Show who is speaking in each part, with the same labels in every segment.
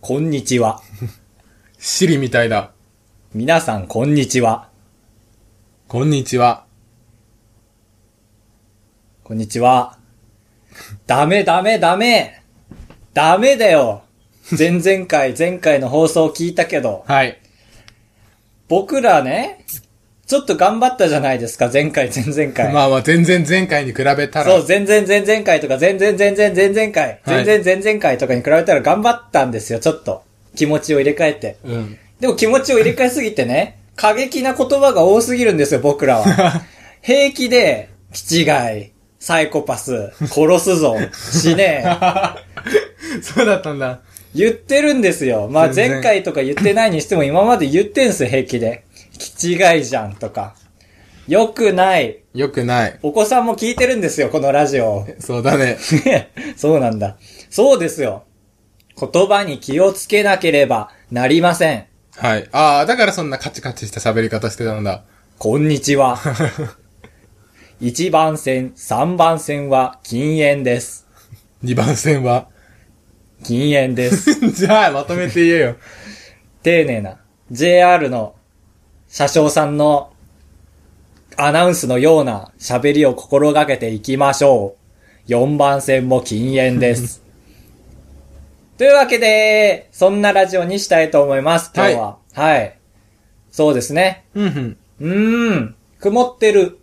Speaker 1: こんにちは。
Speaker 2: シリみたいだ。
Speaker 1: 皆さん、こんにちは。
Speaker 2: こんにちは。
Speaker 1: こんにちは。ダメダメダメダメだよ前々回、前回の放送を聞いたけど、
Speaker 2: はい。
Speaker 1: 僕らね、ちょっと頑張ったじゃないですか、前回、前々回。
Speaker 2: まあまあ、全然前回に比べたら。
Speaker 1: そう、全然前々回とか、全然前々前々回、
Speaker 2: はい
Speaker 1: 全然前々回とかに比べたら頑張ったんですよ、ちょっと。気持ちを入れ替えて。
Speaker 2: うん。
Speaker 1: でも気持ちを入れ替えすぎてね、過激な言葉が多すぎるんですよ、僕ら は。平気で、気違い、サイコパス、殺すぞ、死ねえ、
Speaker 2: そうだったんだ。
Speaker 1: 言ってるんですよ。まあ
Speaker 2: 全然
Speaker 1: 前回とか言ってないにしても今まで言ってんすよ、平気で。気違いじゃんとか。よくない。
Speaker 2: よくない。
Speaker 1: お子さんも聞いてるんですよ、このラジオ。
Speaker 2: そうだね。
Speaker 1: ねそうなんだ。そうですよ。言葉に気をつけなければなりません。
Speaker 2: はい。ああ、だからそんなカチカチした喋り方してたんだ。
Speaker 1: こんにちは。1番線、3番線は禁煙です。
Speaker 2: 二番線は。
Speaker 1: 禁煙 です。
Speaker 2: じゃあ、まとめて言えよ。
Speaker 1: 丁寧な。JR の車掌さんのアナウンスのような喋りを心がけていきましょう。4番線も禁煙 です。というわけで、そんなラジオにしたいと思います、今日は。はい。そうですね。
Speaker 2: うんうん。
Speaker 1: うーん。曇ってる。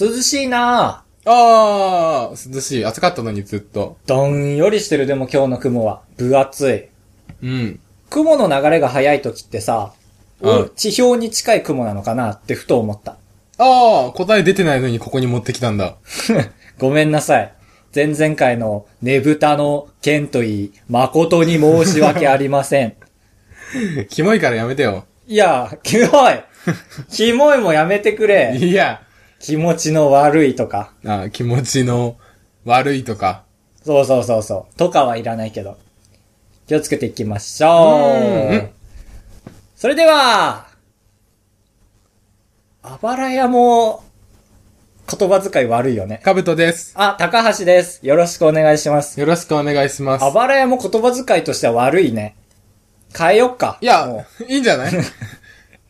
Speaker 1: 涼しいなぁ。
Speaker 2: ああ、涼しい。暑かったのにずっと。
Speaker 1: どんよりしてるでも今日の雲は。分厚い。
Speaker 2: うん。
Speaker 1: 雲の流れが速い時ってさ、
Speaker 2: うん
Speaker 1: 地表に近い雲なのかなってふと思った。
Speaker 2: ああ、答え出てないのにここに持ってきたんだ。
Speaker 1: ごめんなさい。前々回のねぶたの件といい、誠に申し訳ありませ ん。
Speaker 2: キモいからやめてよ。
Speaker 1: いや、キモいキモいもやめてくれ
Speaker 2: いや、
Speaker 1: 気持ちの悪いとか。
Speaker 2: あー気持ちの悪いとか。
Speaker 1: そうそうそうそう。とかはいらないけど。気をつけていきまし
Speaker 2: う
Speaker 1: ょ
Speaker 2: ん
Speaker 1: う。それでは、あばらやも、言葉遣い悪いよね。
Speaker 2: かぶとです。
Speaker 1: あ、高橋です。よろしくお願いします。
Speaker 2: よろしくお願いします
Speaker 1: あ。ばらやも言葉遣いとしては悪いね。変えよっか。
Speaker 2: いや
Speaker 1: も、
Speaker 2: いいんじゃないい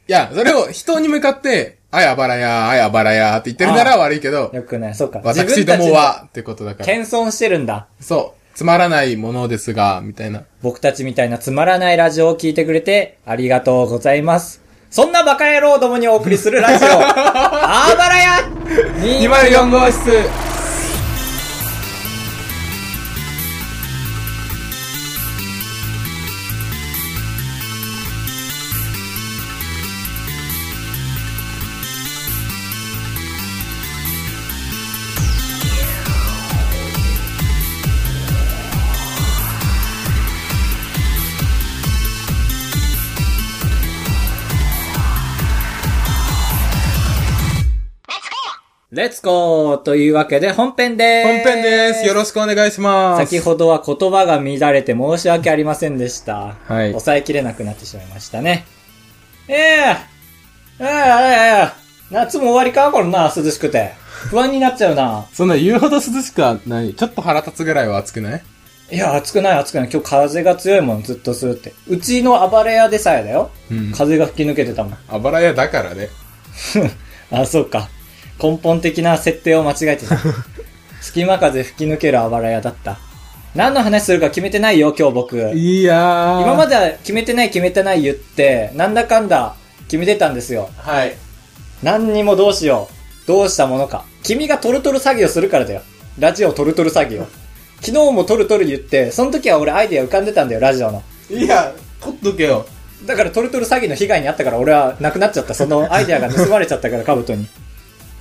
Speaker 2: や、それを人に向かって、あやばらや、あやばらやって言ってるなら悪いけど
Speaker 1: う、よくない。そうか。
Speaker 2: 私どもは、ってことだか
Speaker 1: 自
Speaker 2: ら。
Speaker 1: 分たちの。謙遜してるんだ。
Speaker 2: そう。つまらないものですが、みたいな。
Speaker 1: 僕たちみたいなつまらないラジオを聞いてくれてありがとうございます。そんなバカ野郎どもにお送りする ラジオ、あばらや
Speaker 2: 204号室
Speaker 1: レッツゴーというわけで本編で
Speaker 2: 本
Speaker 1: ーす
Speaker 2: 編です。よろしくお願いします。
Speaker 1: 先ほどは言葉が乱れて申し訳ありませんでした。
Speaker 2: はい
Speaker 1: 抑えきれなくなってしまいましたね。ええええええ夏も終わりかこれな、涼しくて。不安になっちゃうな。
Speaker 2: そんな言うほど涼しくはない。ちょっと腹立つぐらいは暑くない
Speaker 1: いや、暑くない暑くない。今日風が強いもん、ずっとするって。うちの暴れ屋でさえだよ。
Speaker 2: うん。
Speaker 1: 風が吹き抜けてたもん。
Speaker 2: あばらやだからね。
Speaker 1: あ、そうか。根本的な設定を間違え てた。隙間風吹き抜けるあばら屋だった。何の話するか決めてないよ、今日僕。
Speaker 2: いやー。
Speaker 1: 今ま
Speaker 2: で。
Speaker 1: では決めてない決めてない言って、なんだかんだ決めてたんですよ。
Speaker 2: はい。
Speaker 1: 何にもどうしよう。どうしたものか。君がトルトル詐欺をするからだよ。ラジオトルトル詐欺を。昨日もトルトル言って、その時は俺アイデア浮かんでたんだよ、ラジオの。
Speaker 2: いや、取っとけよ。
Speaker 1: だからトルトル詐欺の被害に遭ったから俺はなくなっちゃった。そのアイデアが盗まれちゃった から、カブトに。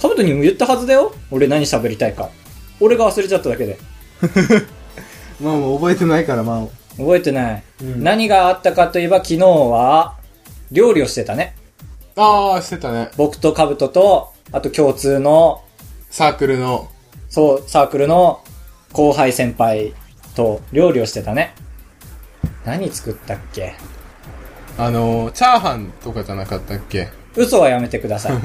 Speaker 1: カブトにも言ったはずだよ。俺何喋りたいか。俺が忘れちゃっただけで。
Speaker 2: まあもう覚えてないから、まあ。
Speaker 1: 覚えてない。
Speaker 2: うん
Speaker 1: 何があったかといえば昨日は、料理をしてたね。
Speaker 2: あー、してたね。
Speaker 1: 僕とカブトと、あと共通の、
Speaker 2: サークルの。
Speaker 1: そう、サークルの後輩先輩と料理をしてたね。何作ったっけ
Speaker 2: あのー、チャーハンとかじゃなかったっけ
Speaker 1: 嘘はやめてくだ さい。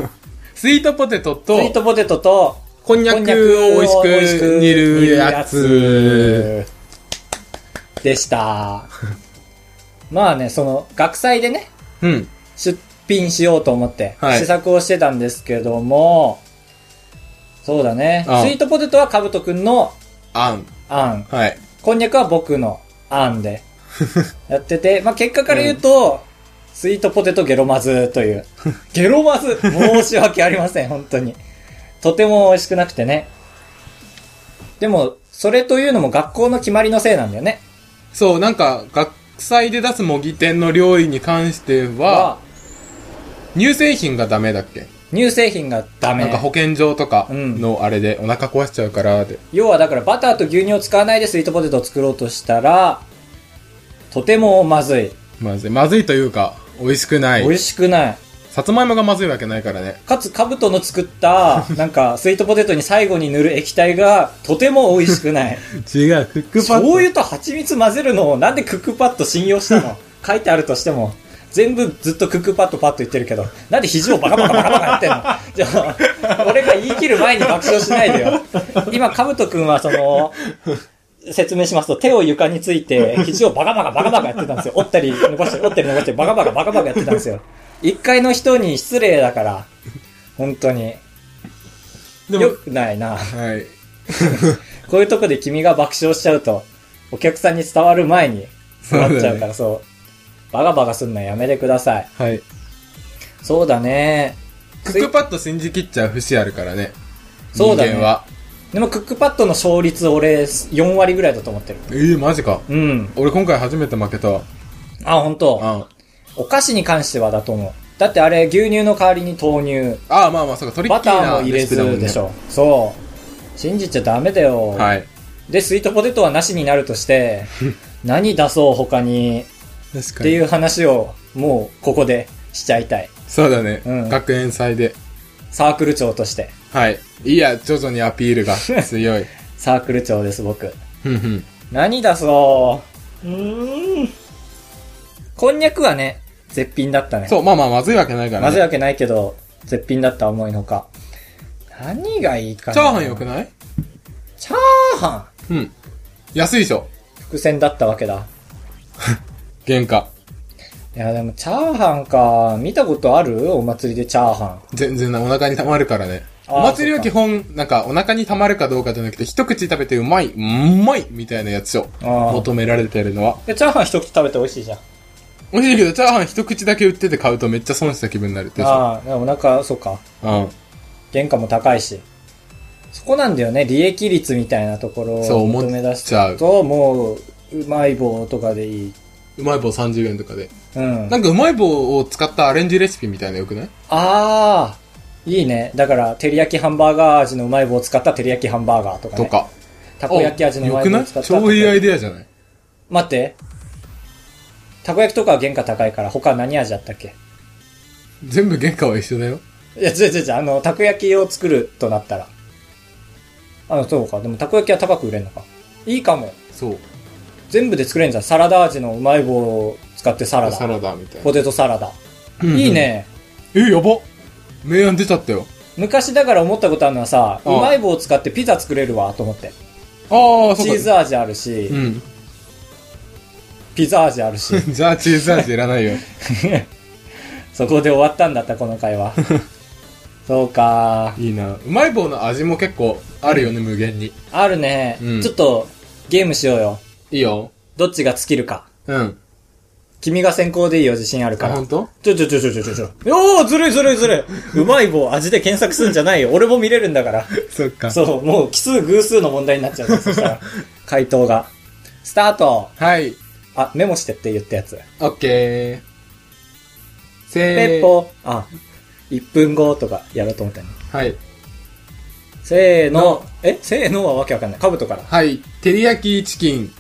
Speaker 2: スイートポテト
Speaker 1: スイー
Speaker 2: と、
Speaker 1: トポテトと、
Speaker 2: こんにゃくを美味し
Speaker 1: 美味し
Speaker 2: く
Speaker 1: く
Speaker 2: 煮るやつ。
Speaker 1: でした。まあね、その、学祭でね、
Speaker 2: うん。
Speaker 1: 出品しようと思って、
Speaker 2: はい
Speaker 1: 試作をしてたんですけども、そうだね。
Speaker 2: ああ
Speaker 1: スイートポテトはかぶとくんの
Speaker 2: あん。
Speaker 1: 案。
Speaker 2: はい。
Speaker 1: こんにゃくは僕の案 でやってて、まあ結果から言うと、スイートポテトゲロマズと いう。ゲロマズ申し訳ありません、本当に。とても美味しくなくてね。でも、それというのも学校の決まりのせいなんだよね。
Speaker 2: そう、なんか、学祭で出す模擬店の料理に関しては、
Speaker 1: は、
Speaker 2: 乳製品がダメだっけ
Speaker 1: 乳製品がダメ
Speaker 2: なん。か保健所とか
Speaker 1: うん
Speaker 2: のあれでお腹壊しちゃうからで。
Speaker 1: 要はだからバターと牛乳を使わないでスイートポテトを作ろうとしたら、とてもまずい。
Speaker 2: まずい。まずいというか、美味しくな
Speaker 1: 美
Speaker 2: い。
Speaker 1: 味しくない。
Speaker 2: さつまいもがまずいわけないからね。
Speaker 1: かつ、カブトの作った、なんか、スイートポテトに最後に塗る液体が、とても美味しくない。
Speaker 2: 違う、クック
Speaker 1: 醤油と蜂蜜混ぜるのを、なんでクックパッド信用したの 書いてあるとしても、全部ずっとクックパッドパッド言ってるけど、なんで肘をバカバカバカバカやってんのじゃあ、俺が言い切る前に爆笑しないでよ。今、カブト君はその、説明しますと、手を床について、肘をバカバカバカバカやってたんですよ。折ったり伸ばしたり、折ったり伸ばしたり、バカバカバカバカやってたんですよ。一階の人に失礼だから、本当に。
Speaker 2: で
Speaker 1: よ
Speaker 2: も、
Speaker 1: くないな。
Speaker 2: はい。
Speaker 1: こういうとこで君が爆笑しちゃうと、お客さんに伝わる前に
Speaker 2: そうだ
Speaker 1: な
Speaker 2: ね
Speaker 1: っちゃうから、そう,、バカバカすんのやめてください。
Speaker 2: はい。
Speaker 1: そうだね。
Speaker 2: クックパッド信じ切っちゃう節あるからね。
Speaker 1: そうだね
Speaker 2: 人間は。
Speaker 1: でもクックパッドの勝率俺4割ぐらいだと思ってる。
Speaker 2: えー、マジか。
Speaker 1: うん。
Speaker 2: 俺今回初めて負けたわ。
Speaker 1: あ、本当。
Speaker 2: あ
Speaker 1: お菓子に関してはだと思う。だってあれ牛乳の代わりに豆乳、
Speaker 2: あー、まあまあ、そうか、トリ
Speaker 1: バ
Speaker 2: ッキ
Speaker 1: タ
Speaker 2: ー
Speaker 1: ー
Speaker 2: な
Speaker 1: も入れ
Speaker 2: レシピだもん
Speaker 1: ず
Speaker 2: ね
Speaker 1: でし。ょ。そう。信じちゃダメだよ。
Speaker 2: はい。
Speaker 1: で、スイートポテトはなしになると して、何出そう他に
Speaker 2: 確
Speaker 1: っ
Speaker 2: か
Speaker 1: てい
Speaker 2: に。
Speaker 1: う話をもうここでしちゃいたい。
Speaker 2: そうだね。
Speaker 1: うん
Speaker 2: 学園祭で。
Speaker 1: サークル長として。
Speaker 2: はい。いいや、徐々にアピー ルが強い。
Speaker 1: サークル長です、僕。
Speaker 2: ふんふん。
Speaker 1: 何だそう。うーん。こんにゃくはね、絶品だったね。
Speaker 2: そう、まあまあ、まずいわけないからね。
Speaker 1: まずいわけないけど、絶品だった思いのほか。何がいいかな
Speaker 2: チャーハンよくない
Speaker 1: チャーハン
Speaker 2: うん。安いでしょ。
Speaker 1: 伏線だったわけだ。
Speaker 2: 原価。
Speaker 1: いや、でもチャーハンか、見たことあるお祭りでチャーハン。
Speaker 2: 全然な、お腹に溜まるからね。
Speaker 1: あー
Speaker 2: お祭りは基本、なんか、お腹に溜まるかどうかじゃなくて、一口食べてうまい、うんまいみたいなやつを
Speaker 1: あー
Speaker 2: 求められてるのは。
Speaker 1: でチャーハン一口食べて美味しいじゃん。
Speaker 2: 美味しいけど、チャーハン一口だけ売ってて買うとめっちゃ損した気分になるってさ。
Speaker 1: ああ、お腹、そうか。
Speaker 2: うん。
Speaker 1: 原価も高いし。そこなんだよね、利益率みたいなところ
Speaker 2: そう
Speaker 1: を
Speaker 2: 思っ
Speaker 1: 求め出し
Speaker 2: ちゃう
Speaker 1: と、もう、うまい棒とかでいい。
Speaker 2: うまい棒30円とかで。
Speaker 1: うん。
Speaker 2: なんかうまい棒を使ったアレンジレシピみたいなのよくない
Speaker 1: あー、いいね。だから、照り焼きハンバーガー味のうまい棒を使った照り焼きハンバーガーとかね。
Speaker 2: と。か。
Speaker 1: たこ焼き味のうま
Speaker 2: よ
Speaker 1: い
Speaker 2: く
Speaker 1: 棒
Speaker 2: な
Speaker 1: を
Speaker 2: い
Speaker 1: 使った
Speaker 2: 超いいアイデアじゃない
Speaker 1: 待って。たこ焼きとかは原価高いから、他何味だったっけ
Speaker 2: 全部原価は一緒だよ。
Speaker 1: いや、違う違う違う、あの、たこ焼きを作るとなったら。あ、そうか。でも、たこ焼きは高く売れるのか。いいかも。
Speaker 2: そう。
Speaker 1: 全部で作れんじゃん。サラダ味のうまい棒を使ってサラダ。
Speaker 2: サラダみたいな
Speaker 1: ポ。テトサラダ。
Speaker 2: うんうん
Speaker 1: いい。ね。
Speaker 2: え、やば明暗出ちゃったよ。
Speaker 1: 昔だから思ったことあるのはさ、う
Speaker 2: ああ
Speaker 1: まい棒を使ってピザ作れるわ、と思って。
Speaker 2: ああ、そうか。
Speaker 1: チーズ味あるし、
Speaker 2: うん。
Speaker 1: ピザ味ある し。
Speaker 2: じゃあチーズ味いらない よ。
Speaker 1: そこで終わったんだった、この会 話。そうか。
Speaker 2: いいな。うまい棒の味も結構あるよね、無限に。
Speaker 1: あるね、
Speaker 2: うん
Speaker 1: ちょっと、ゲームしようよ。
Speaker 2: いいよ。
Speaker 1: どっちが尽きるか。
Speaker 2: うん。
Speaker 1: 君が先行でいいよ、自信あるか
Speaker 2: あ、
Speaker 1: ら
Speaker 2: ほん。と
Speaker 1: ちょちょちょちょちょちょちょ。おー、ずるいずるいずるい。うまい棒、味で検索するんじゃないよ。俺も見れるんだから。
Speaker 2: そっ か。
Speaker 1: そう、もう奇数偶数の問題になっちゃうねそ したら、回答が。スタート
Speaker 2: はい。
Speaker 1: あ、メモしてって言ったやつ。
Speaker 2: オッケー。
Speaker 1: ペ
Speaker 2: せー
Speaker 1: ッ。ポあ、1分後とかやろうと思ったのに。
Speaker 2: はい。
Speaker 1: せーの。えせーのはわけわかんない。カブトから。
Speaker 2: はい。照り焼きチキン。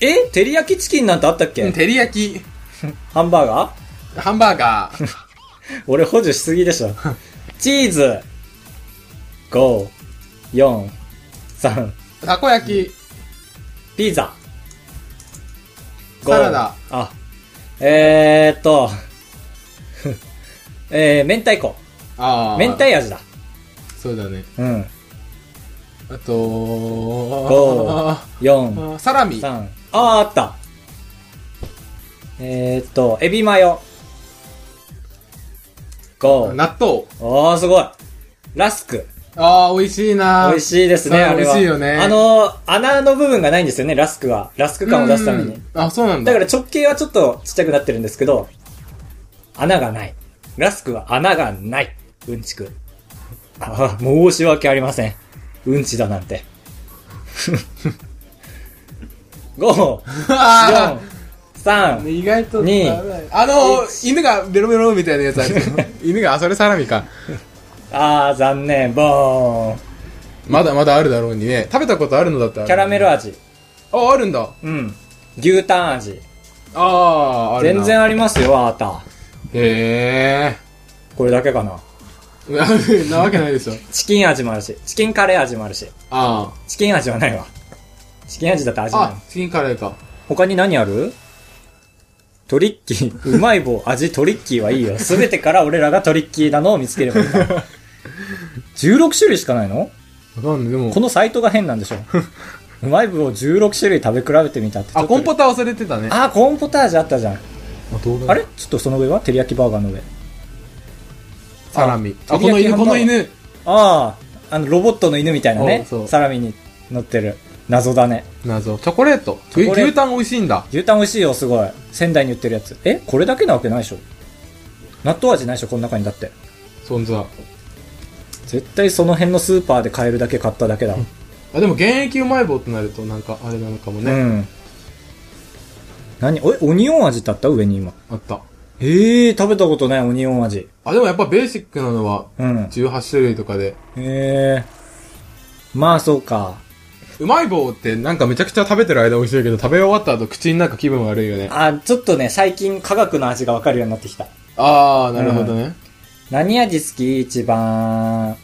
Speaker 1: え照り焼きチキンなんてあったっけ、
Speaker 2: うん照り焼き。
Speaker 1: ハンバーガー
Speaker 2: ハンバーガ ー。
Speaker 1: 俺補助しすぎで しょ。チーズ。5、4、3、
Speaker 2: たこ焼き。
Speaker 1: ピザ。
Speaker 2: サラダ。
Speaker 1: あ、えーっと、 えー、明太子。
Speaker 2: ああ。
Speaker 1: 明太味だ。
Speaker 2: そうだね。
Speaker 1: うん。
Speaker 2: あとー
Speaker 1: 五
Speaker 2: あ
Speaker 1: 4、
Speaker 2: ー、サラミ。
Speaker 1: 3。あー、あった。えー、っと、エビマヨ。5。
Speaker 2: 納豆。
Speaker 1: おー、すごい。ラスク。
Speaker 2: ああ、美味しいな
Speaker 1: 美味しいですね、
Speaker 2: あ
Speaker 1: あれは。
Speaker 2: 美味しいよね
Speaker 1: あの、穴の部分がないんですよね、ラスクは。ラスク感を出すために
Speaker 2: う。んあ、そうなんだ。
Speaker 1: だから直径はちょっとちっちゃくなってるんですけど、穴がない。ラスクは穴がない。うんちく。ああ、申し訳ありません。うんちだなんて。5、
Speaker 2: あ
Speaker 1: 4
Speaker 2: ー、
Speaker 1: 3、
Speaker 2: 意外と
Speaker 1: に
Speaker 2: あの犬がベロベロみたいなやつ ある犬があそれサラミか
Speaker 1: あー、残念、ボーン。
Speaker 2: まだまだあるだろうにね食べたことあるのだったら
Speaker 1: キャラメル
Speaker 2: あ
Speaker 1: 味。
Speaker 2: ああるんだ
Speaker 1: うん。牛タン味。
Speaker 2: あああるな
Speaker 1: 全然ありますよ、あーた。
Speaker 2: へ
Speaker 1: これだけかな。
Speaker 2: え なわけないでしょ
Speaker 1: チキン味もあるし、チキンカレー味もあるし。
Speaker 2: あ
Speaker 1: チキン味はないわ。チキン味だと
Speaker 2: あ
Speaker 1: 味ない
Speaker 2: あ。チキンカレーか
Speaker 1: 他に何あるトリッキー、うまい棒、味トリッキーはいいよ。すべてから俺らがトリッキーなのを見つければいいから。16種類しかないの
Speaker 2: わかんないでも
Speaker 1: このサイトが変なんでしょ。うまい棒16種類食べ比べてみたってちょっ
Speaker 2: あ
Speaker 1: と。
Speaker 2: コンポタ忘れてたね
Speaker 1: あ、コーンポタージュあったじゃん。
Speaker 2: どうだ
Speaker 1: あれちょっとその上は照り焼きバーガーの上。
Speaker 2: サラミ
Speaker 1: あ
Speaker 2: あこの
Speaker 1: 照り焼きハン
Speaker 2: 犬
Speaker 1: バーガー
Speaker 2: この犬
Speaker 1: ああ、あの、ロボットの犬みたいなね
Speaker 2: おうそ。う
Speaker 1: サラミに乗ってる。謎だね。
Speaker 2: 謎チョコレート
Speaker 1: ョコレート
Speaker 2: 牛タン美味しいんだ
Speaker 1: 牛タン美味しいよ、すごい。仙台に売ってるやつ。えこれだけなわけないでしょ。納豆味ないでしょ、この中にだって。
Speaker 2: そんざ
Speaker 1: 絶対その辺のスーパーで買えるだけ買っただけだ。
Speaker 2: あでも現役うまい棒ってなるとなんかあれなのかも
Speaker 1: う
Speaker 2: ね、
Speaker 1: ん。何おえ、オニオン味ってあった上に今。
Speaker 2: あった
Speaker 1: ええー、食べたことないオニオン味。
Speaker 2: あでもやっぱベーシックなのは
Speaker 1: うん。
Speaker 2: 18種類とかで
Speaker 1: ええー。まあ、そうか。
Speaker 2: うまい棒ってなんかめちゃくちゃ食べてる間美味しいけど、食べ終わった後口になんか気分悪いよね。
Speaker 1: あ、ちょっとね、最近科学の味がわかるようになってきた。
Speaker 2: あー、なるほどね。
Speaker 1: 何味好き一番。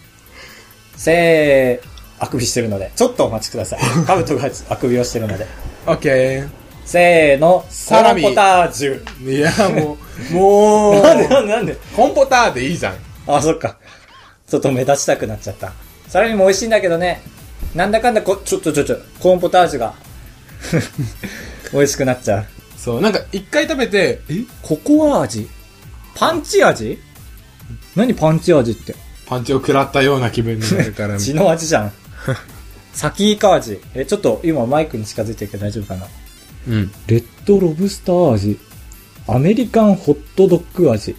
Speaker 1: せー、あくびしてるので。ちょっとお待ちくだ さい。カブトがあくびをしてるので。
Speaker 2: オッケ
Speaker 1: せーの、
Speaker 2: サラミ
Speaker 1: コーンポタージュ。
Speaker 2: ー。いや、も う、も
Speaker 1: なんでな
Speaker 2: う、
Speaker 1: んでなんで
Speaker 2: コンポターでいいじゃん。
Speaker 1: あ、そっか。ちょっと目立ちたくなっちゃった。サラミも美味しいんだけどね。なんだかんだこ、ちょちょちょちょ、コーンポタージュが。 美味しくなっちゃう。
Speaker 2: そう、なんか一回食べて、え
Speaker 1: ココア味パンチ味何パンチ味って。。
Speaker 2: パンチを食らったような気分になるから
Speaker 1: 血の味じ ゃん。サキイカ味。え、ちょっと今マイクに近づいてるけど大丈夫かな
Speaker 2: うん。
Speaker 1: レッドロブスター味。アメリカンホットドッグ味。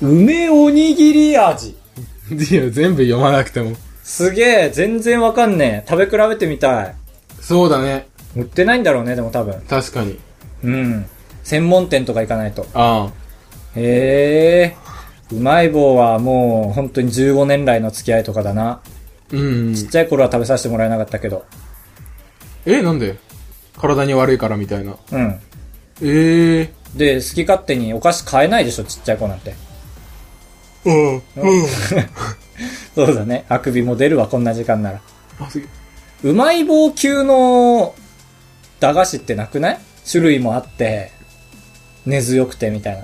Speaker 1: 梅おにぎり味。
Speaker 2: いや、全部読まなくても。
Speaker 1: すげえ、全然わかんねえ。食べ比べてみたい。
Speaker 2: そうだね。
Speaker 1: 売ってないんだろうね、でも多分。
Speaker 2: 確かに。
Speaker 1: うん。専門店とか行かないと。
Speaker 2: あ
Speaker 1: へえ。うまい棒はもう本当に15年来の付き合いとかだな。
Speaker 2: ー。うん。
Speaker 1: ちっちゃい頃は食べさせてもらえなかったけど。
Speaker 2: え、なんで体に悪いからみたいな。
Speaker 1: うん。
Speaker 2: ええ
Speaker 1: で、好き勝手にお菓子買えないでしょ、ちっちゃい子なんて。
Speaker 2: ー。うん。うん。
Speaker 1: そうだね。あくびも出るわ、こんな時間なら。
Speaker 2: あ、すげえ。
Speaker 1: うまい棒級の駄菓子ってなくない種類もあって、根強くてみたい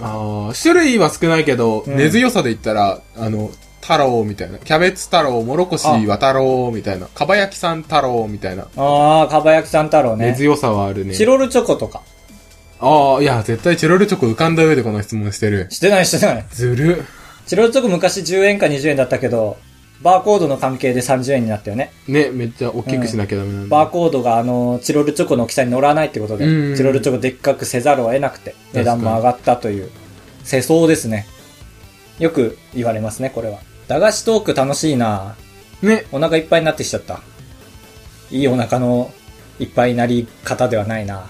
Speaker 1: な。
Speaker 2: ああ、種類は少ないけど、
Speaker 1: うん
Speaker 2: 根強さで言ったら、あの、太郎みたいな。キャベツ太郎、もろこしは太郎みたいな。かば焼きさん太郎みたいな。
Speaker 1: あー、かば焼きさん太郎
Speaker 2: 根
Speaker 1: ね。
Speaker 2: 強さはあるね。
Speaker 1: チロルチョコとか。
Speaker 2: ああ、いや、絶対チロルチョコ浮かんだ上でこの質問してる。
Speaker 1: してないしてない。
Speaker 2: ずる。
Speaker 1: チロルチョコ昔10円か20円だったけど、バーコードの関係で30円になったよね。
Speaker 2: ね、めっちゃ大きくしなきゃダメなんだ。
Speaker 1: バーコードがあの、チロルチョコの大きさに乗らないってことで、
Speaker 2: うん
Speaker 1: チロルチョコでっかくせざるを得なくて、値段も上がったという、世相ですね。よく言われますね、これは。駄菓子トーク楽しいな
Speaker 2: ね。
Speaker 1: お腹いっぱいになってきちゃった。いいお腹のいっぱいになり方ではないな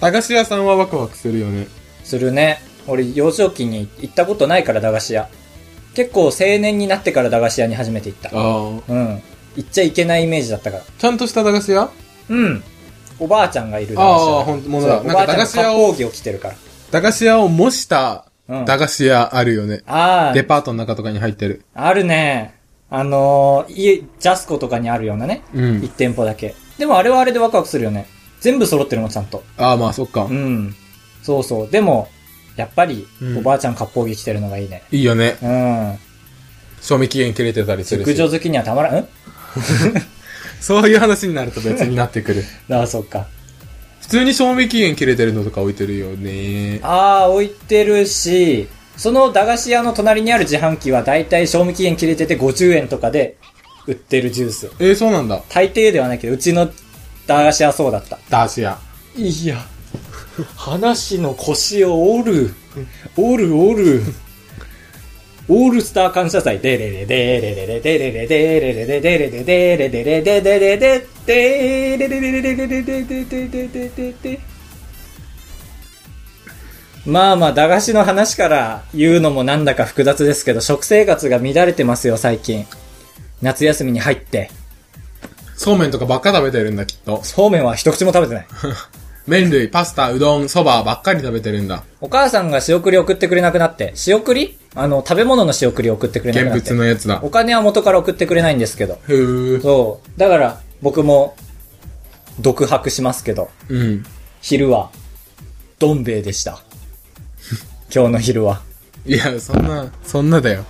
Speaker 2: 駄菓子屋さんはワクワクするよね。
Speaker 1: するね。俺、幼少期に行ったことないから、駄菓子屋。結構青年になってから駄菓子屋に初めて行った。
Speaker 2: ああ。
Speaker 1: うん。行っちゃいけないイメージだったから。
Speaker 2: ちゃんとした駄菓子屋
Speaker 1: うん。おばあちゃんがいる駄菓子屋。
Speaker 2: ああほんとものだ
Speaker 1: そう
Speaker 2: な
Speaker 1: おばあ
Speaker 2: んか
Speaker 1: ちゃんが
Speaker 2: 駄菓子屋
Speaker 1: 割
Speaker 2: を
Speaker 1: 烹着を着てるから。
Speaker 2: 駄菓子屋を模した
Speaker 1: うん
Speaker 2: 駄菓子屋あるよね。
Speaker 1: ああ
Speaker 2: デ、パートの中とかに入ってる。
Speaker 1: あるね。あのー、家、ジャスコとかにあるようなね。
Speaker 2: うん
Speaker 1: 一。店舗だけ。でもあれはあれでワクワクするよね。全部揃ってるもん、ちゃんと。
Speaker 2: ああ、まあ、そっか
Speaker 1: う。ん。そうそう。でも、やっぱり
Speaker 2: う、ん
Speaker 1: おばあちゃん割烹着着てるのがいいね。
Speaker 2: いいよね。
Speaker 1: うん。
Speaker 2: 賞味期限切れてたりするし。
Speaker 1: 熟女好きにはたまらん、ん
Speaker 2: そういう話になると別になってくる。
Speaker 1: ああ、そっか。
Speaker 2: 通に賞味期限切れてるのとか置いてるよね。
Speaker 1: ああ、置いてるし、その駄菓子屋の隣にある自販機はだいたい賞味期限切れてて50円とかで売ってるジュース。
Speaker 2: えー、そうなんだ。
Speaker 1: 大抵ではないけど、うちの駄菓子屋そうだった。
Speaker 2: ダーシア。
Speaker 1: いや、話の腰を折る、折る折る。オールスター感謝祭、でれれでれれれでれれでれれでれれでれれでれれでれれでれれれれれれれれまあまあ、駄菓子の話から言うのもなんだか複雑ですけど、食生活が乱れてますよ、最近。夏休みに入って。
Speaker 2: そうめんとかばっか食べてるんだ、きっと。
Speaker 1: そうめんは一口も食べてない。
Speaker 2: 麺類、パスタ、うどん、そばばっかり食べてるんだ。
Speaker 1: お母さんが仕送り送ってくれなくなって、仕送りあの、食べ物の仕送り送ってくれなくな
Speaker 2: 現
Speaker 1: って
Speaker 2: 物。のやつだ
Speaker 1: お。金は元から送ってくれないんですけど。
Speaker 2: ふー。
Speaker 1: そう。だから、僕も、独白しますけど、
Speaker 2: うん。
Speaker 1: 昼は、どん兵衛でした。 今日の昼は。
Speaker 2: いや、そんな、そんなだよ。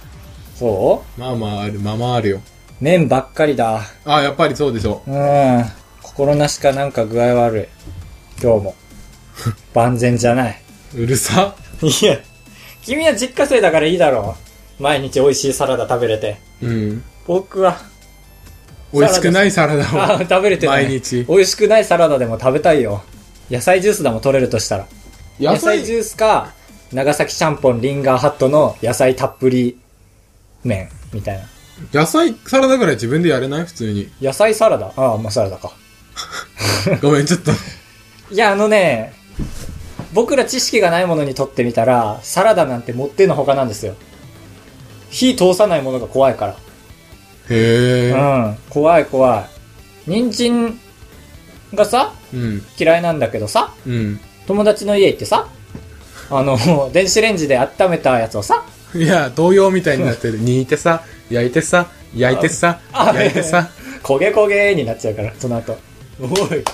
Speaker 1: そ
Speaker 2: まあまあある、まあまああるよ。
Speaker 1: う麺ばっかりだ。
Speaker 2: あ、やっぱりそうでしょ。
Speaker 1: うん。心なしかなんか具合悪い。今 日も。万全じゃない。
Speaker 2: うるさ。
Speaker 1: いや、君は実家生だからいいだろう。毎日美味しいサラダ食べれて。
Speaker 2: うん。
Speaker 1: 僕は、
Speaker 2: 美味しくないサラダ
Speaker 1: あ
Speaker 2: を。
Speaker 1: 食べれてない
Speaker 2: 毎日
Speaker 1: 美味しくないサラダでも食べたいよ野菜ジュースでも取れるとしたら野
Speaker 2: 野
Speaker 1: 菜ジ
Speaker 2: 菜、
Speaker 1: ュースか長崎ちゃんぽんリンガーハットの野菜たっぷり麺みたいな
Speaker 2: 野菜サラダぐらい自分でやれない普 通に。
Speaker 1: 野菜サラダああまあサラダか
Speaker 2: ごめん、ちょっと。
Speaker 1: いやあのね僕ら知識がないものにとってみたらサラダなんてもってのほかなんですよ火通さないものが怖いから
Speaker 2: へー。
Speaker 1: うん怖い怖い人参がさ
Speaker 2: うん。
Speaker 1: 嫌いなんだけどさ
Speaker 2: うん。
Speaker 1: 友達の家行ってさあの 電子レンジで温めたやつをさ
Speaker 2: いや、童謡みたいになってる。煮いてさ、焼いてさ、焼いてさ、
Speaker 1: あ
Speaker 2: 焼いてさ。
Speaker 1: 焦げ焦げになっちゃうからその後おい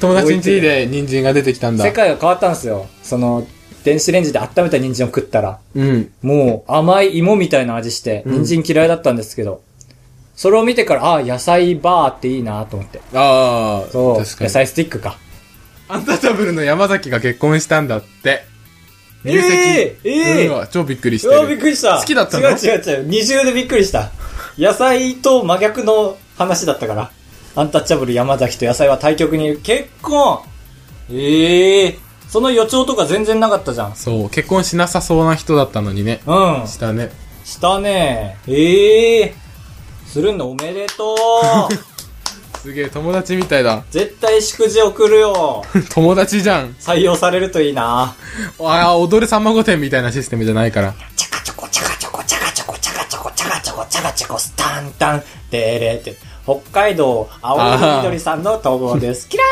Speaker 2: 友達ん家で人参が出てきたんだ
Speaker 1: 世。界が変わったんですよその電子レンジで温めた人参を食ったら
Speaker 2: うん。
Speaker 1: もう甘い芋みたいな味して
Speaker 2: うん
Speaker 1: 人参嫌いだったんですけど、それを見てからああ野菜バーっていいなと思って
Speaker 2: ああ、
Speaker 1: そう
Speaker 2: 確か
Speaker 1: 野
Speaker 2: に。
Speaker 1: 菜スティックか
Speaker 2: アンタッチャブルの山崎が結婚したんだって。入籍。
Speaker 1: ええええ
Speaker 2: うわ、超びっくりし
Speaker 1: う
Speaker 2: て
Speaker 1: わびっ
Speaker 2: る。
Speaker 1: くりした
Speaker 2: 好きだったの
Speaker 1: 違う違う違う二重でびっくりした野菜と真逆の話だったからアンタッチャブル山崎と野菜は対局にいる結婚ええその予兆とか全然なかったじゃん
Speaker 2: そう、結婚しなさそうな人だったのにね。
Speaker 1: うん
Speaker 2: したね。
Speaker 1: したねええするんのおめでとう
Speaker 2: すげえ、友達みたいだ。
Speaker 1: 絶対祝辞送るよ
Speaker 2: 友達じゃん。
Speaker 1: 採用されるといいな
Speaker 2: ああ、踊るさんま御殿みたいなシステムじゃないから。
Speaker 1: チャカチョコチャカチョコチャカチョコチャカチョコチャカチョコチャカチョコスタンタンデレって北海道青森緑さんの統合 ですキラ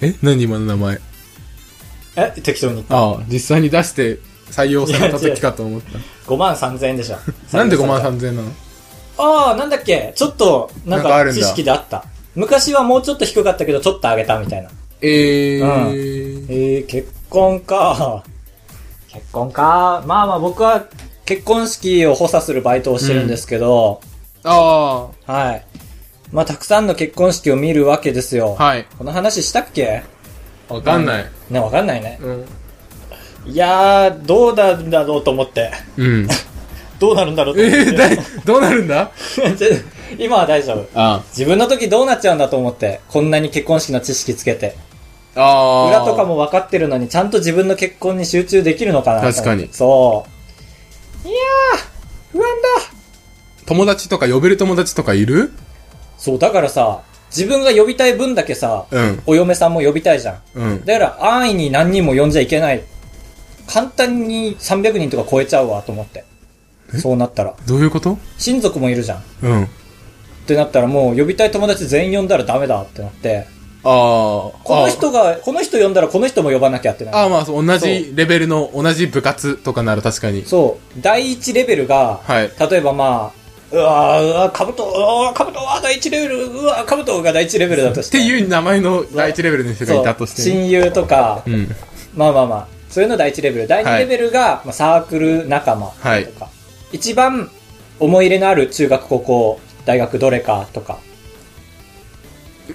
Speaker 2: え何今の名前。
Speaker 1: ーンえ適当に
Speaker 2: ああ、実際に出して採用された時かと思った。
Speaker 1: 5万3000円でしょ
Speaker 2: なんで5万
Speaker 1: 3000
Speaker 2: 3000なの
Speaker 1: ああなんだっけちょっとなん
Speaker 2: なんかあ
Speaker 1: か
Speaker 2: るんだ
Speaker 1: 知識であった昔はもうちょっと低かったけどちょっと上げたみたいな
Speaker 2: ええ
Speaker 1: う
Speaker 2: ー。
Speaker 1: えー、結婚か結婚かまあまあ僕は結婚式を補佐するバイトをしてるんですけど、
Speaker 2: あ
Speaker 1: はいまあたくさんの結婚式を見るわけですよ
Speaker 2: あ、はい。
Speaker 1: この話したっけ
Speaker 2: わかんない。
Speaker 1: ね、わかんないね。
Speaker 2: うん。
Speaker 1: いやー、どうなんだろうと思って。
Speaker 2: うん。
Speaker 1: どうなるんだろうと
Speaker 2: え
Speaker 1: 思って。
Speaker 2: えだい、どうなるんだ
Speaker 1: ちょ 今は大丈夫。
Speaker 2: あ
Speaker 1: 自分の時どうなっちゃうんだと思って。こんなに結婚式の知識つけて。
Speaker 2: あ。ああ。
Speaker 1: 裏とか。も分かってるのに、ちゃんと自分の結婚に集中できるのかなと思って
Speaker 2: 確かに
Speaker 1: そう。いやー、不安だ。
Speaker 2: 友達とか呼べる友達とかいる
Speaker 1: そう、だからさ、自分が呼びたい分だけさ、
Speaker 2: うん。
Speaker 1: お嫁さんも呼びたいじゃん。
Speaker 2: うん。
Speaker 1: だから安易に何人も呼んじゃいけない。簡単に300人とか超えちゃうわと思って。そうなったら。
Speaker 2: どういうこと
Speaker 1: 親族もいるじゃん。っ
Speaker 2: うん。あ
Speaker 1: てなったらもう呼びたい友達全員呼んだらダメだってなって、
Speaker 2: あ。こ
Speaker 1: この人が、この人呼んだらこの人も呼ばなきゃってなる
Speaker 2: ああ、まあ、そう同じレベルの、同じ部活とかなら確かに。
Speaker 1: そう。第一レベルが、
Speaker 2: はい。
Speaker 1: 例えばまあ、うわーうわー、かぶと、うわー、かぶとは第一レベル、うわー、かぶとが第一レベルだとし。
Speaker 2: ってていう名前の第一レベルの人がいた
Speaker 1: そ
Speaker 2: と
Speaker 1: う、
Speaker 2: してね。
Speaker 1: 親友とか、
Speaker 2: うん。
Speaker 1: まあまあまあ、そういうの第一レベル。第二
Speaker 2: はい
Speaker 1: レベルが、まあ、サークル仲間とか、
Speaker 2: はい
Speaker 1: 一番思い入れのある中学、高校、大学どれかとか、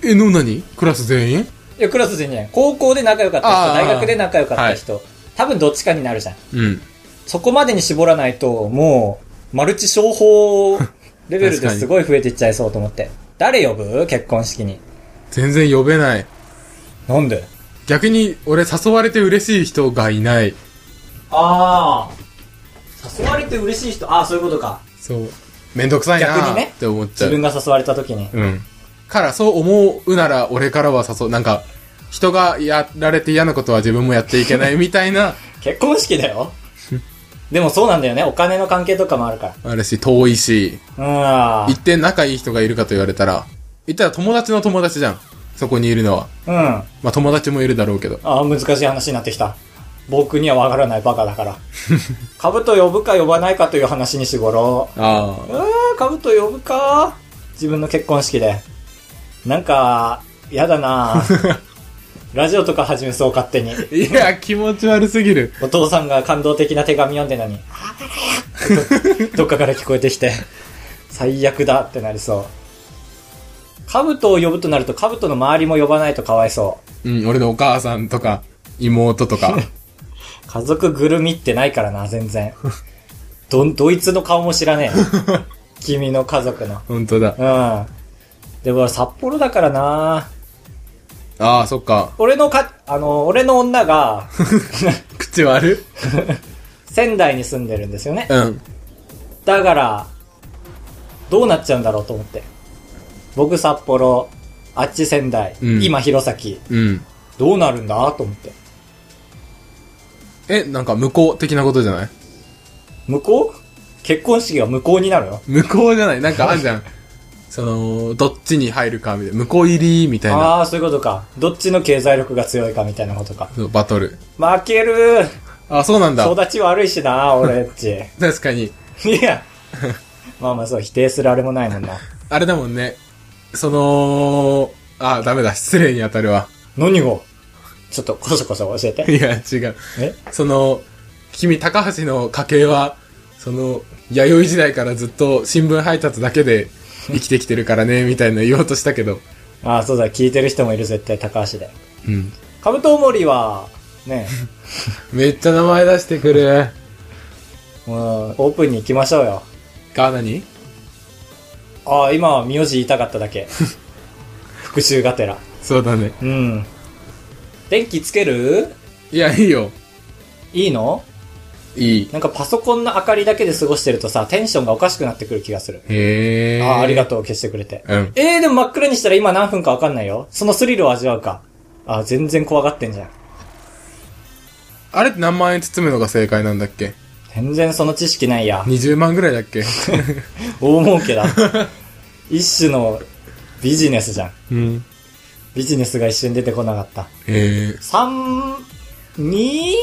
Speaker 2: え、の何クラス全員
Speaker 1: いや、クラス全員じゃない。高校で仲良かった人、
Speaker 2: あー
Speaker 1: 大学で仲良かった人、多分どっちかになるじゃん。
Speaker 2: うん。
Speaker 1: そこまでに絞らないと、もう、マルチ商法レベル
Speaker 2: 確
Speaker 1: で
Speaker 2: かに
Speaker 1: すごい増えていっちゃいそうと思って。誰呼ぶ結婚式に。
Speaker 2: 全然呼べない。
Speaker 1: なんで
Speaker 2: 逆に、俺誘われて嬉しい人がいない。
Speaker 1: ああ。誘われて嬉しい人、ああ、そういうことか。
Speaker 2: そう。めんどくさい
Speaker 1: 逆に
Speaker 2: な
Speaker 1: ね
Speaker 2: って思っちゃ
Speaker 1: 自
Speaker 2: う。
Speaker 1: 分が誘われた時に。
Speaker 2: うん。から、そう思うなら、俺からは誘う。なんか、人がやられて嫌なことは自分もやっていけないみたい な、
Speaker 1: 結婚式だよ。でもそうなんだよね。お金の関係とかもあるか
Speaker 2: あるし、遠いし、
Speaker 1: ら。う
Speaker 2: 一定仲いい人がいるかと言われたら、言ったら友達の友達じゃん。そこにいるのは。
Speaker 1: ん。うん。
Speaker 2: まあ友達もいるだろうけど。
Speaker 1: ああ、難しい話になってきた。僕にはわからないバカだから。株と呼ぶか呼ばないかという話にしごろ。
Speaker 2: あ
Speaker 1: うーん、株と呼ぶか。自分の結婚式で。なんか、やだなラジオとか始めそう、勝手に。
Speaker 2: あ。いや、気持ち悪すぎる。
Speaker 1: お父さんが感動的な手紙読んでんのに、あーバカやどどっかから聞こえてきて、最悪だってなりそう。兜を呼ぶとなると、兜の周りも呼ばないとかわいそ
Speaker 2: うん、俺のお母さんとか、妹と か。
Speaker 1: う。家族ぐるみってないからな、全然。ど、ドイツの顔も知らねえ。君の家族の。
Speaker 2: 本当だ。
Speaker 1: うん。でも札幌だからな
Speaker 2: ああ、そっか。
Speaker 1: 俺のか、あの、俺の女が、
Speaker 2: 口悪
Speaker 1: 仙台に住んでるんですよね。
Speaker 2: うん。
Speaker 1: だから、どうなっちゃうんだろうと思って。僕札幌、あっち仙台、
Speaker 2: うん
Speaker 1: 今弘前。
Speaker 2: うん。
Speaker 1: どうなるんだと思って。
Speaker 2: え、なんか向こう的なことじゃない
Speaker 1: 向こう結婚式が向こうになるの
Speaker 2: 向こうじゃないなんかあるじゃん。その、どっちに入るかみたいな。向こう入りみたいな。
Speaker 1: ああー、そういうことか。どっちの経済力が強いかみたいなことか。
Speaker 2: そうバトル。
Speaker 1: 負ける
Speaker 2: あ、そうなんだ。
Speaker 1: 育ち悪いしな、俺っ ち。
Speaker 2: 確かに。
Speaker 1: いや。まあまあそう、否定するあれもないもんな。
Speaker 2: あれだもんね。その、あ、ダメだ。失礼に当たるわ。
Speaker 1: 何をちょっとこそこそ教え て。
Speaker 2: いや、違う。
Speaker 1: え
Speaker 2: その、君、高橋の家系は、その、弥生時代からずっと新聞配達だけで生きてきてるからね、みたいな言おうとしたけど。
Speaker 1: ああ、そうだ、聞いてる人もいる、絶対、高橋で。
Speaker 2: うん。
Speaker 1: カブトウモリは、ね、
Speaker 2: めっちゃ名前出してくる。
Speaker 1: もう、オープンに行きましょうよ。
Speaker 2: が、何
Speaker 1: ああ、今は名字言いたかっただ け。復讐がてら。
Speaker 2: そうだね。
Speaker 1: うん。電気つける
Speaker 2: いや、いいよ。
Speaker 1: いいの
Speaker 2: いい。
Speaker 1: なんかパソコンの明かりだけで過ごしてるとさ、テンションがおかしくなってくる気がする。
Speaker 2: へえ。
Speaker 1: ああ、ありが
Speaker 2: と
Speaker 1: とう、消してくれて。
Speaker 2: う。うん。
Speaker 1: えー、でも真っ暗にしたら今何分かわかんないよ。そのスリルを味わうか。あー全然怖がってんじゃん。
Speaker 2: あれって何万円包むのが正解なんだっけ
Speaker 1: 全然その知識ないや。
Speaker 2: ?20 万ぐらいだっけ
Speaker 1: 大儲 けだ。一種のビジネスじゃん。
Speaker 2: うん。
Speaker 1: ビジネスが一瞬出てこなかった。
Speaker 2: へえ。
Speaker 1: 三、二、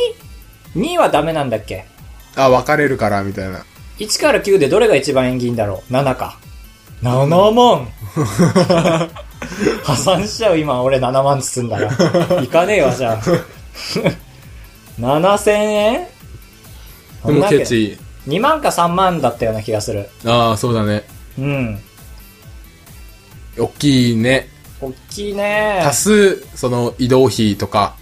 Speaker 1: 二はダメなんだっけ
Speaker 2: あ、別れるから、みたいな。
Speaker 1: ?1 から9でどれが一番縁起いいんだろう ?7 か。7万 破産しちゃう今俺7万包んだら。いかねえわじ ゃあ。7000円
Speaker 2: でもケ。チ。
Speaker 1: 2万か3万だったような気がする。
Speaker 2: ああ、そうだね。
Speaker 1: うん。
Speaker 2: 大きいね。
Speaker 1: おっきいね
Speaker 2: 足す、その移動費とか、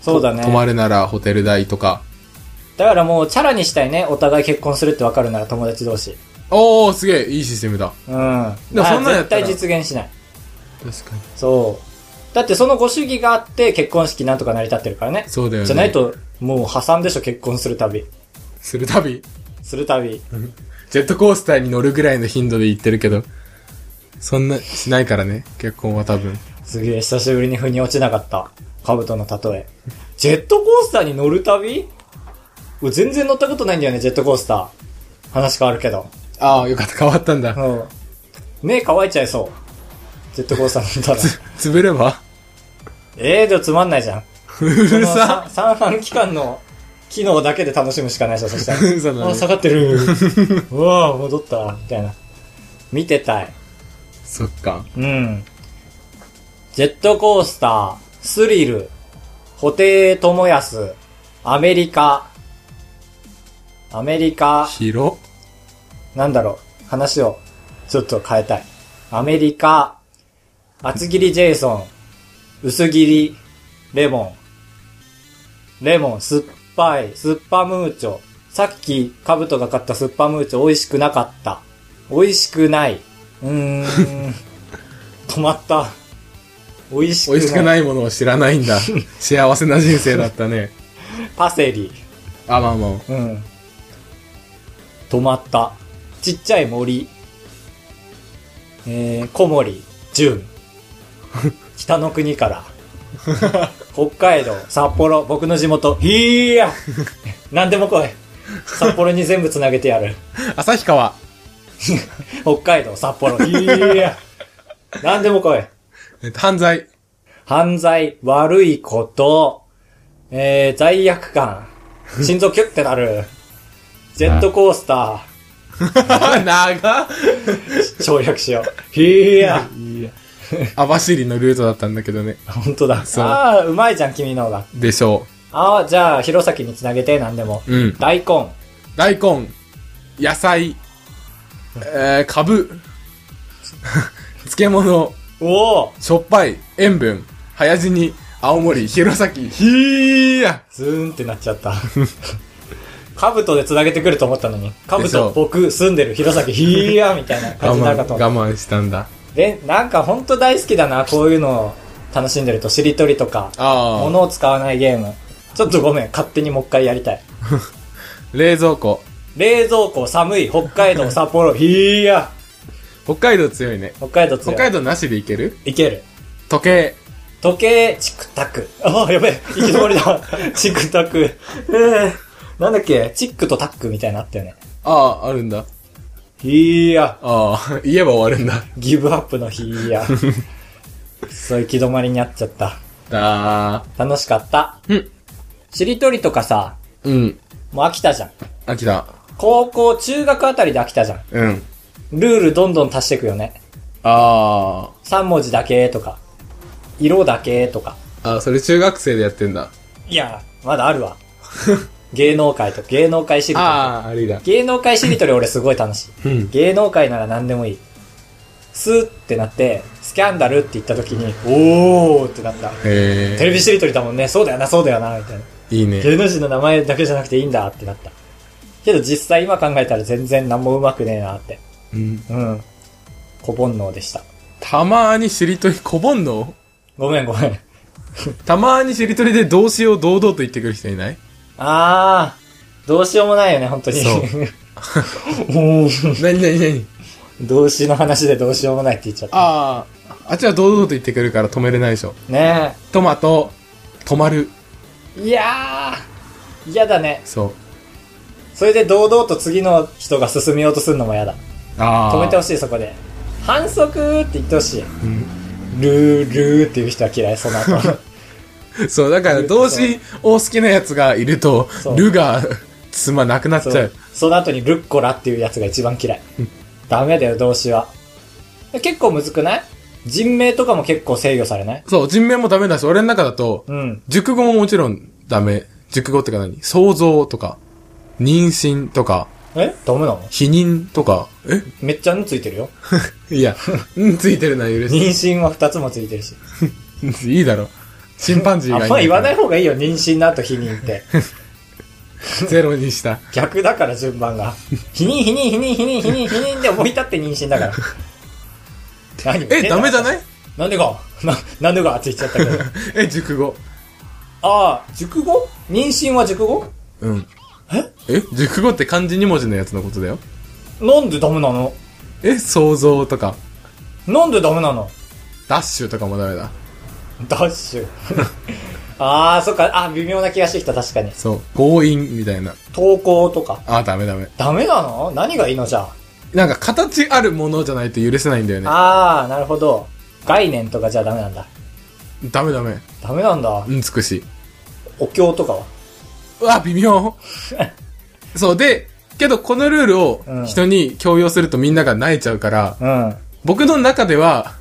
Speaker 1: そうだね。
Speaker 2: 泊まるならホテル代とか。
Speaker 1: だからもうチャラにしたいね。お互い結婚するってわかるなら友達同士。
Speaker 2: おー、すげえ、いいシステムだ。
Speaker 1: うん。
Speaker 2: でもそんなんや
Speaker 1: 絶
Speaker 2: ったら
Speaker 1: 対実現しない。
Speaker 2: 確かに。
Speaker 1: そう。だってそのご主義があって結婚式なんとか成り立ってるからね。
Speaker 2: そうだよね。
Speaker 1: じゃない。と、もう破産でしょ、結婚するたび。
Speaker 2: するたび、
Speaker 1: するたび。
Speaker 2: ジェットコースターに乗るぐらいの頻度で行ってるけど、そんな、しないからね、結婚は多分。
Speaker 1: すげえ、久しぶりに腑に落ちなかった。カブトの例え。ジェットコースターに乗るたび俺全然乗ったことないんだよね、ジェットコースター。話変わるけど。
Speaker 2: ああ、よかった、変わったんだ。
Speaker 1: うん。目乾いちゃいそう。ジェットコースター乗っ たら。
Speaker 2: つ、潰れば
Speaker 1: ええー、でもつまんないじゃん。
Speaker 2: うるさ
Speaker 1: 三半期間の機能だけで楽しむしかないでしょ、そしたら。
Speaker 2: そうだ
Speaker 1: あ、
Speaker 2: ね
Speaker 1: 下がってる。 うわあ、戻った。みたいな。見てたい。
Speaker 2: そっか。
Speaker 1: うん。ジェットコースター、スリル、布袋友康、アメリカ、アメリカ、
Speaker 2: 広
Speaker 1: なんだろう、話をちょっと変えたい。アメリカ、厚切りジェイソン、薄切りレモン、レモン、酸っぱい、酸っぱムーチョ、さっきカブトが買った酸っぱムーチョ美味しくなかった。美味しくない。う ーん、止まった。美味しくな
Speaker 2: 美
Speaker 1: い。
Speaker 2: 味しくないものを知らないん だ。幸せな人生だったね。
Speaker 1: パセリ。
Speaker 2: あ、まあまあ。
Speaker 1: うん。止まった。ちっちゃい森。えー、小森、純。北の国から。北海道、札幌、僕の地元。いや何でも来い。札幌に全部つなげてやる。
Speaker 2: 旭川。
Speaker 1: 北海道、札幌。いや何でも来い。
Speaker 2: えっと犯 罪。
Speaker 1: 犯罪、悪いこと、えー、罪悪感。心臓キュッてなる。ジェットコースター。
Speaker 2: 長っ
Speaker 1: 省略しよう。いや、
Speaker 2: 網走のルートだったんだけどね。
Speaker 1: 本当だ。
Speaker 2: そう
Speaker 1: ああ、うまいじゃん、君の方が。
Speaker 2: でしょ
Speaker 1: ああ、じゃあ、弘前につなげて、何でも。
Speaker 2: う。うん。
Speaker 1: 大根、
Speaker 2: 大根。野菜。えー、かぶ。 漬物。
Speaker 1: おお
Speaker 2: しょっぱい。塩分。早死に。青森。弘前。ひーや。
Speaker 1: ズーンってなっちゃった。 カブトでつなげてくると思ったのに。カブ
Speaker 2: でしょ
Speaker 1: ト、僕、住んでる弘前、ひーやみたいな感
Speaker 2: 我
Speaker 1: じになる
Speaker 2: 慢、
Speaker 1: かと
Speaker 2: 我
Speaker 1: 思った。
Speaker 2: 慢したんだ。
Speaker 1: で、なんか本当大好きだな、こういうのを楽しんでると。しりとりとか、
Speaker 2: ああ。
Speaker 1: 物を使わないゲーム。ちょっとごめん、勝手にもう一回やりたい。
Speaker 2: 冷蔵庫。
Speaker 1: 冷蔵庫、寒い、北海道、札幌、ひーや
Speaker 2: 北海道強いね。
Speaker 1: 北海道強
Speaker 2: 北
Speaker 1: い。
Speaker 2: 海道なしでいける
Speaker 1: いける。
Speaker 2: 時計。
Speaker 1: 時計、チクタク。ああ、やべえ、行き止まり だ。チクタク。ええなんだっけ、チックとタックみたいなのあったよね。
Speaker 2: ああ、あるんだ。
Speaker 1: いや、
Speaker 2: ああ、 言えば終わるんだ。
Speaker 1: ギブアップの日いや。そう行き止まりになっちゃった。
Speaker 2: だ
Speaker 1: 楽しかった。
Speaker 2: うん。
Speaker 1: しりとりとかさ、
Speaker 2: ー。うん。
Speaker 1: もう飽きたじゃん。
Speaker 2: 飽きた。
Speaker 1: 高校、中学あたりで飽きたじゃん。
Speaker 2: うん。
Speaker 1: ルールどんどん足していくよね。
Speaker 2: あ
Speaker 1: 3文字だけとか、色だけとか。
Speaker 2: あ。あ、それ中学生でやってんだ。
Speaker 1: いや、まだある わ。芸能界とか、芸能界しりとり。
Speaker 2: ああ、ありだ。
Speaker 1: 芸能界しりとり俺すごい楽しい。
Speaker 2: うん。
Speaker 1: 芸能界なら何でもいい。スーってなって、スキャンダルって言った時に、おーってなった。
Speaker 2: へ
Speaker 1: テレビしりとりだもんね、そうだよな、そうだよな、みたいな。
Speaker 2: え。いいね。
Speaker 1: 芸能人の名前だけじゃなくていいんだってなった。けど実際今考えたら全然何もうまくねえなって。
Speaker 2: うん。
Speaker 1: うん。小煩悩でした。
Speaker 2: たまーにしりとり、こぼんの
Speaker 1: ごめんごめん。
Speaker 2: たまーにしりとりでどうしよう堂々と言ってくる人いない
Speaker 1: あー、どうしようもないよね、本当に。
Speaker 2: そう
Speaker 1: もう
Speaker 2: なになになに
Speaker 1: 動詞の話でどうしようもないって言っちゃった。
Speaker 2: ああ。あっちは堂々と言ってくるから止めれないでしょ。
Speaker 1: ね
Speaker 2: トマト、止まる。
Speaker 1: え。いやー、嫌だね。
Speaker 2: そう。
Speaker 1: それで堂々と次の人が進めようとするのも嫌だ。
Speaker 2: ああ。
Speaker 1: 止めてほ
Speaker 2: し
Speaker 1: しい、そこで。反則って言ってほしい。
Speaker 2: い。うん
Speaker 1: ルー、ルーっていう人は嫌い、その 後。
Speaker 2: そう、だから動詞を好きなやつがいると
Speaker 1: そう、
Speaker 2: るが、つまなくなっち
Speaker 1: そ
Speaker 2: ゃう
Speaker 1: う。その後にルッコラっていうやつが一番嫌い。ダメだよ、動詞は。結構むずくない人名とかも結構制御されない
Speaker 2: そう、人名もダメだし、俺の中だと、
Speaker 1: うん。
Speaker 2: 熟語ももちろんダメ。熟語ってか何想像とか、妊娠とか、
Speaker 1: えダメなの
Speaker 2: 否認とか、え
Speaker 1: めっちゃんついてる よ。
Speaker 2: いや、うん、ついてるのは許
Speaker 1: 妊娠は二つもついてるし。
Speaker 2: し い。いいだろ。チンパンジー
Speaker 1: あん
Speaker 2: がいい。
Speaker 1: ま言わない方がいいよ、妊娠の後否認って。
Speaker 2: ゼロにした。
Speaker 1: 逆だから、順番が。否認、否認、否認、否認、否認、否認で思い立って妊娠だから。何言ってん
Speaker 2: え、
Speaker 1: だ
Speaker 2: ダメじゃない
Speaker 1: なんでか な、なんでかって言っちゃったけど。
Speaker 2: え、熟語。
Speaker 1: ああ、熟語妊娠は熟語
Speaker 2: うん。え熟語って漢字2文字のやつのことだよ。
Speaker 1: なんでダメなの
Speaker 2: え、想像とか、
Speaker 1: なんでダメなの
Speaker 2: ダッシュとかもダメだ。
Speaker 1: ダッシュ。ああ、そっか。あ微妙な気がしてきた、確かに。
Speaker 2: そう、強引みたいな。
Speaker 1: 投稿とか。
Speaker 2: あ、ダメダメ。
Speaker 1: ダメなの何がいいのじゃあ。
Speaker 2: なんか形あるものじゃないと許せないんだよね。
Speaker 1: ああ、なるほど。概念とかじゃダメなんだ。
Speaker 2: ダメダメ。
Speaker 1: ダメなんだ。
Speaker 2: うん、つくし。
Speaker 1: お経とかは。
Speaker 2: うわ、微 妙。そう、で、けどこのルールを
Speaker 1: うん
Speaker 2: 人に強要するとみんなが泣いちゃうから、
Speaker 1: うん。
Speaker 2: 僕の中では、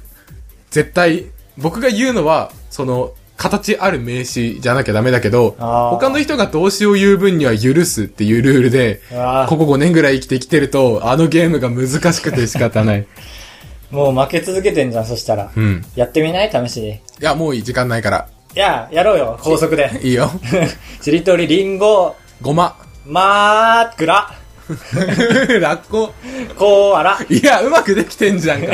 Speaker 2: 絶対、僕が言うのは、その、形ある名詞じゃなきゃダメだけど、
Speaker 1: あー
Speaker 2: 他の人が動詞を言う分には許すっていうルールで、
Speaker 1: ああ、
Speaker 2: ここ5年ぐらい生きてきてると、あのゲームが難しくて仕方ない。
Speaker 1: もう負け続けてんじゃん、そしたら。
Speaker 2: うん。
Speaker 1: やってみない試しに。
Speaker 2: いや、もういい。時間ないから。
Speaker 1: いや、やろうよ、高速で。
Speaker 2: いいよ。
Speaker 1: ちりとりりんご、
Speaker 2: ごま。
Speaker 1: まーくら、
Speaker 2: ラッコ。
Speaker 1: こーあら、
Speaker 2: いや、うまくできてんじゃん か。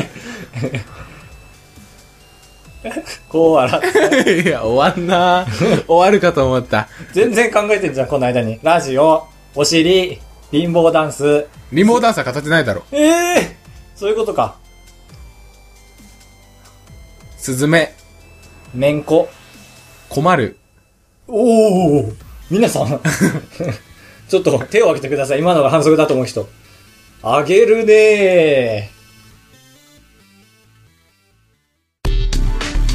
Speaker 1: こーあら。
Speaker 2: いや、終わん な終わるかと思った。
Speaker 1: 全然考えてんじゃん、この間に。ラジオ、お尻、貧乏ダンス。
Speaker 2: リモーダンサー形ないだろ。
Speaker 1: ええそういうことか。
Speaker 2: スズメ、
Speaker 1: めんこ。
Speaker 2: 困る。
Speaker 1: おお皆さん。 ちょっと手を挙げてください。今のが反則だと思う人。あげるねー。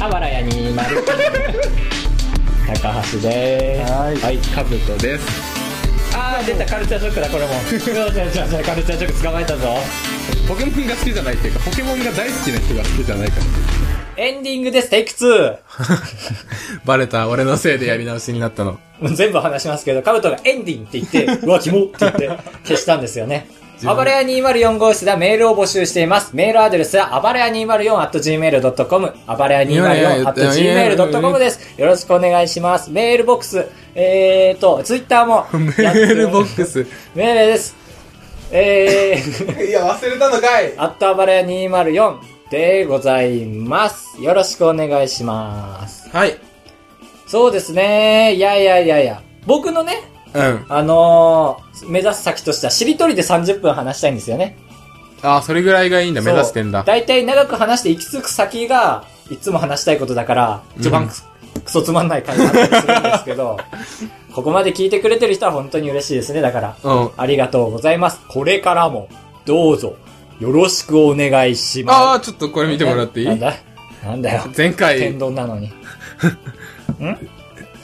Speaker 1: あばらやにまる。 高橋でーす。
Speaker 2: はい、カブトです。
Speaker 1: あー、出た、カルチャーショックだ、これも。 違う違う違う違う、カルチャーショック捕まえたぞ。
Speaker 2: ポケモンが好きじゃないっていうか、ポケモンが大好きな人が好きじゃないから。
Speaker 1: エンディングです、テイク 2!
Speaker 2: バレた、俺のせいでやり直しになったの。
Speaker 1: もう全部話しますけど、カブトがエンディンって言って、 うわ、キモって言って消したんですよね。
Speaker 2: 自分
Speaker 1: あばらや204号室ではメールを募集しています。メールアドレスは、あばらや 204-gmail.com、あばらや 204-gmail.com です。よろしくお願いします。メールボックス、えーと、ツイッターも。
Speaker 2: メールボック。ス。
Speaker 1: メールです。えー、
Speaker 2: いや、忘れたのかい
Speaker 1: あっとあばらや204でございます。よろしくお願いします。
Speaker 2: はい。
Speaker 1: そうですね。いやいやいやいや。僕のね、
Speaker 2: うん。
Speaker 1: あのー、目指す先としては、しりとりで30分話したいんですよね。
Speaker 2: あ、それぐらいがいいんだ、目指してん
Speaker 1: そ
Speaker 2: だ
Speaker 1: う。大体長く話して行き着く先が、いつも話したいことだから、序盤く,、くそつまんない感じだったりするんですけど、 ここまで聞いてくれてる人は本当に嬉しいですね、だから。
Speaker 2: うん。
Speaker 1: ありがとうございます。これからも、どうぞ、よろしくお願いします。
Speaker 2: ああ、ちょっとこれ見てもらってい
Speaker 1: なん
Speaker 2: い
Speaker 1: だなんだよ。
Speaker 2: 前回
Speaker 1: 天、丼なのに。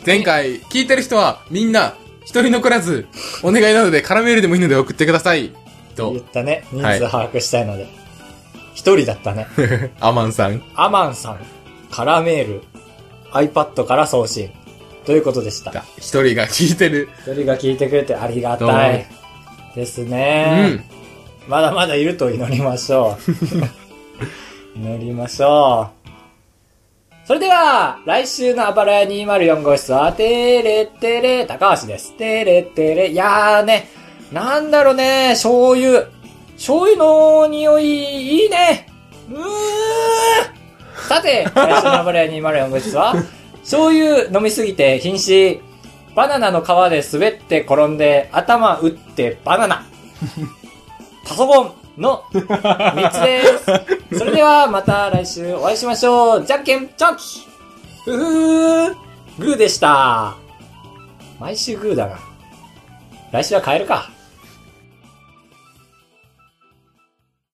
Speaker 2: 前回、聞いてる人は、みんな、一人残らず、お願いなので、空メールでもいいので送ってください。
Speaker 1: 言っ
Speaker 2: と、
Speaker 1: たね。人
Speaker 2: はい
Speaker 1: 数把握したいので。一、人だったね。
Speaker 2: アマンさん。
Speaker 1: アマンさんからメール、iPad から送信。ということでした。
Speaker 2: だ一人が聞いてる。
Speaker 1: 一人が聞いてくれてありがたい。です
Speaker 2: う
Speaker 1: ね
Speaker 2: ん、。
Speaker 1: まだまだいると祈りましょう。祈りましょう。それでは、来週のアバラヤ204号室は、てれてれ、高橋です。てれてれ、いやーね、なんだろうね、醤油。醤油の匂い、いいね。うーん。さて、来週のアバラヤ204号室は、醤油飲みすぎて瀕死。バナナの皮で滑って転んで、頭打ってバナナ。パソコンの3つです。それではまた来週お会いしましょう。じゃんけんチョキふふーグーでした。毎週グーだな。来週は変えるか。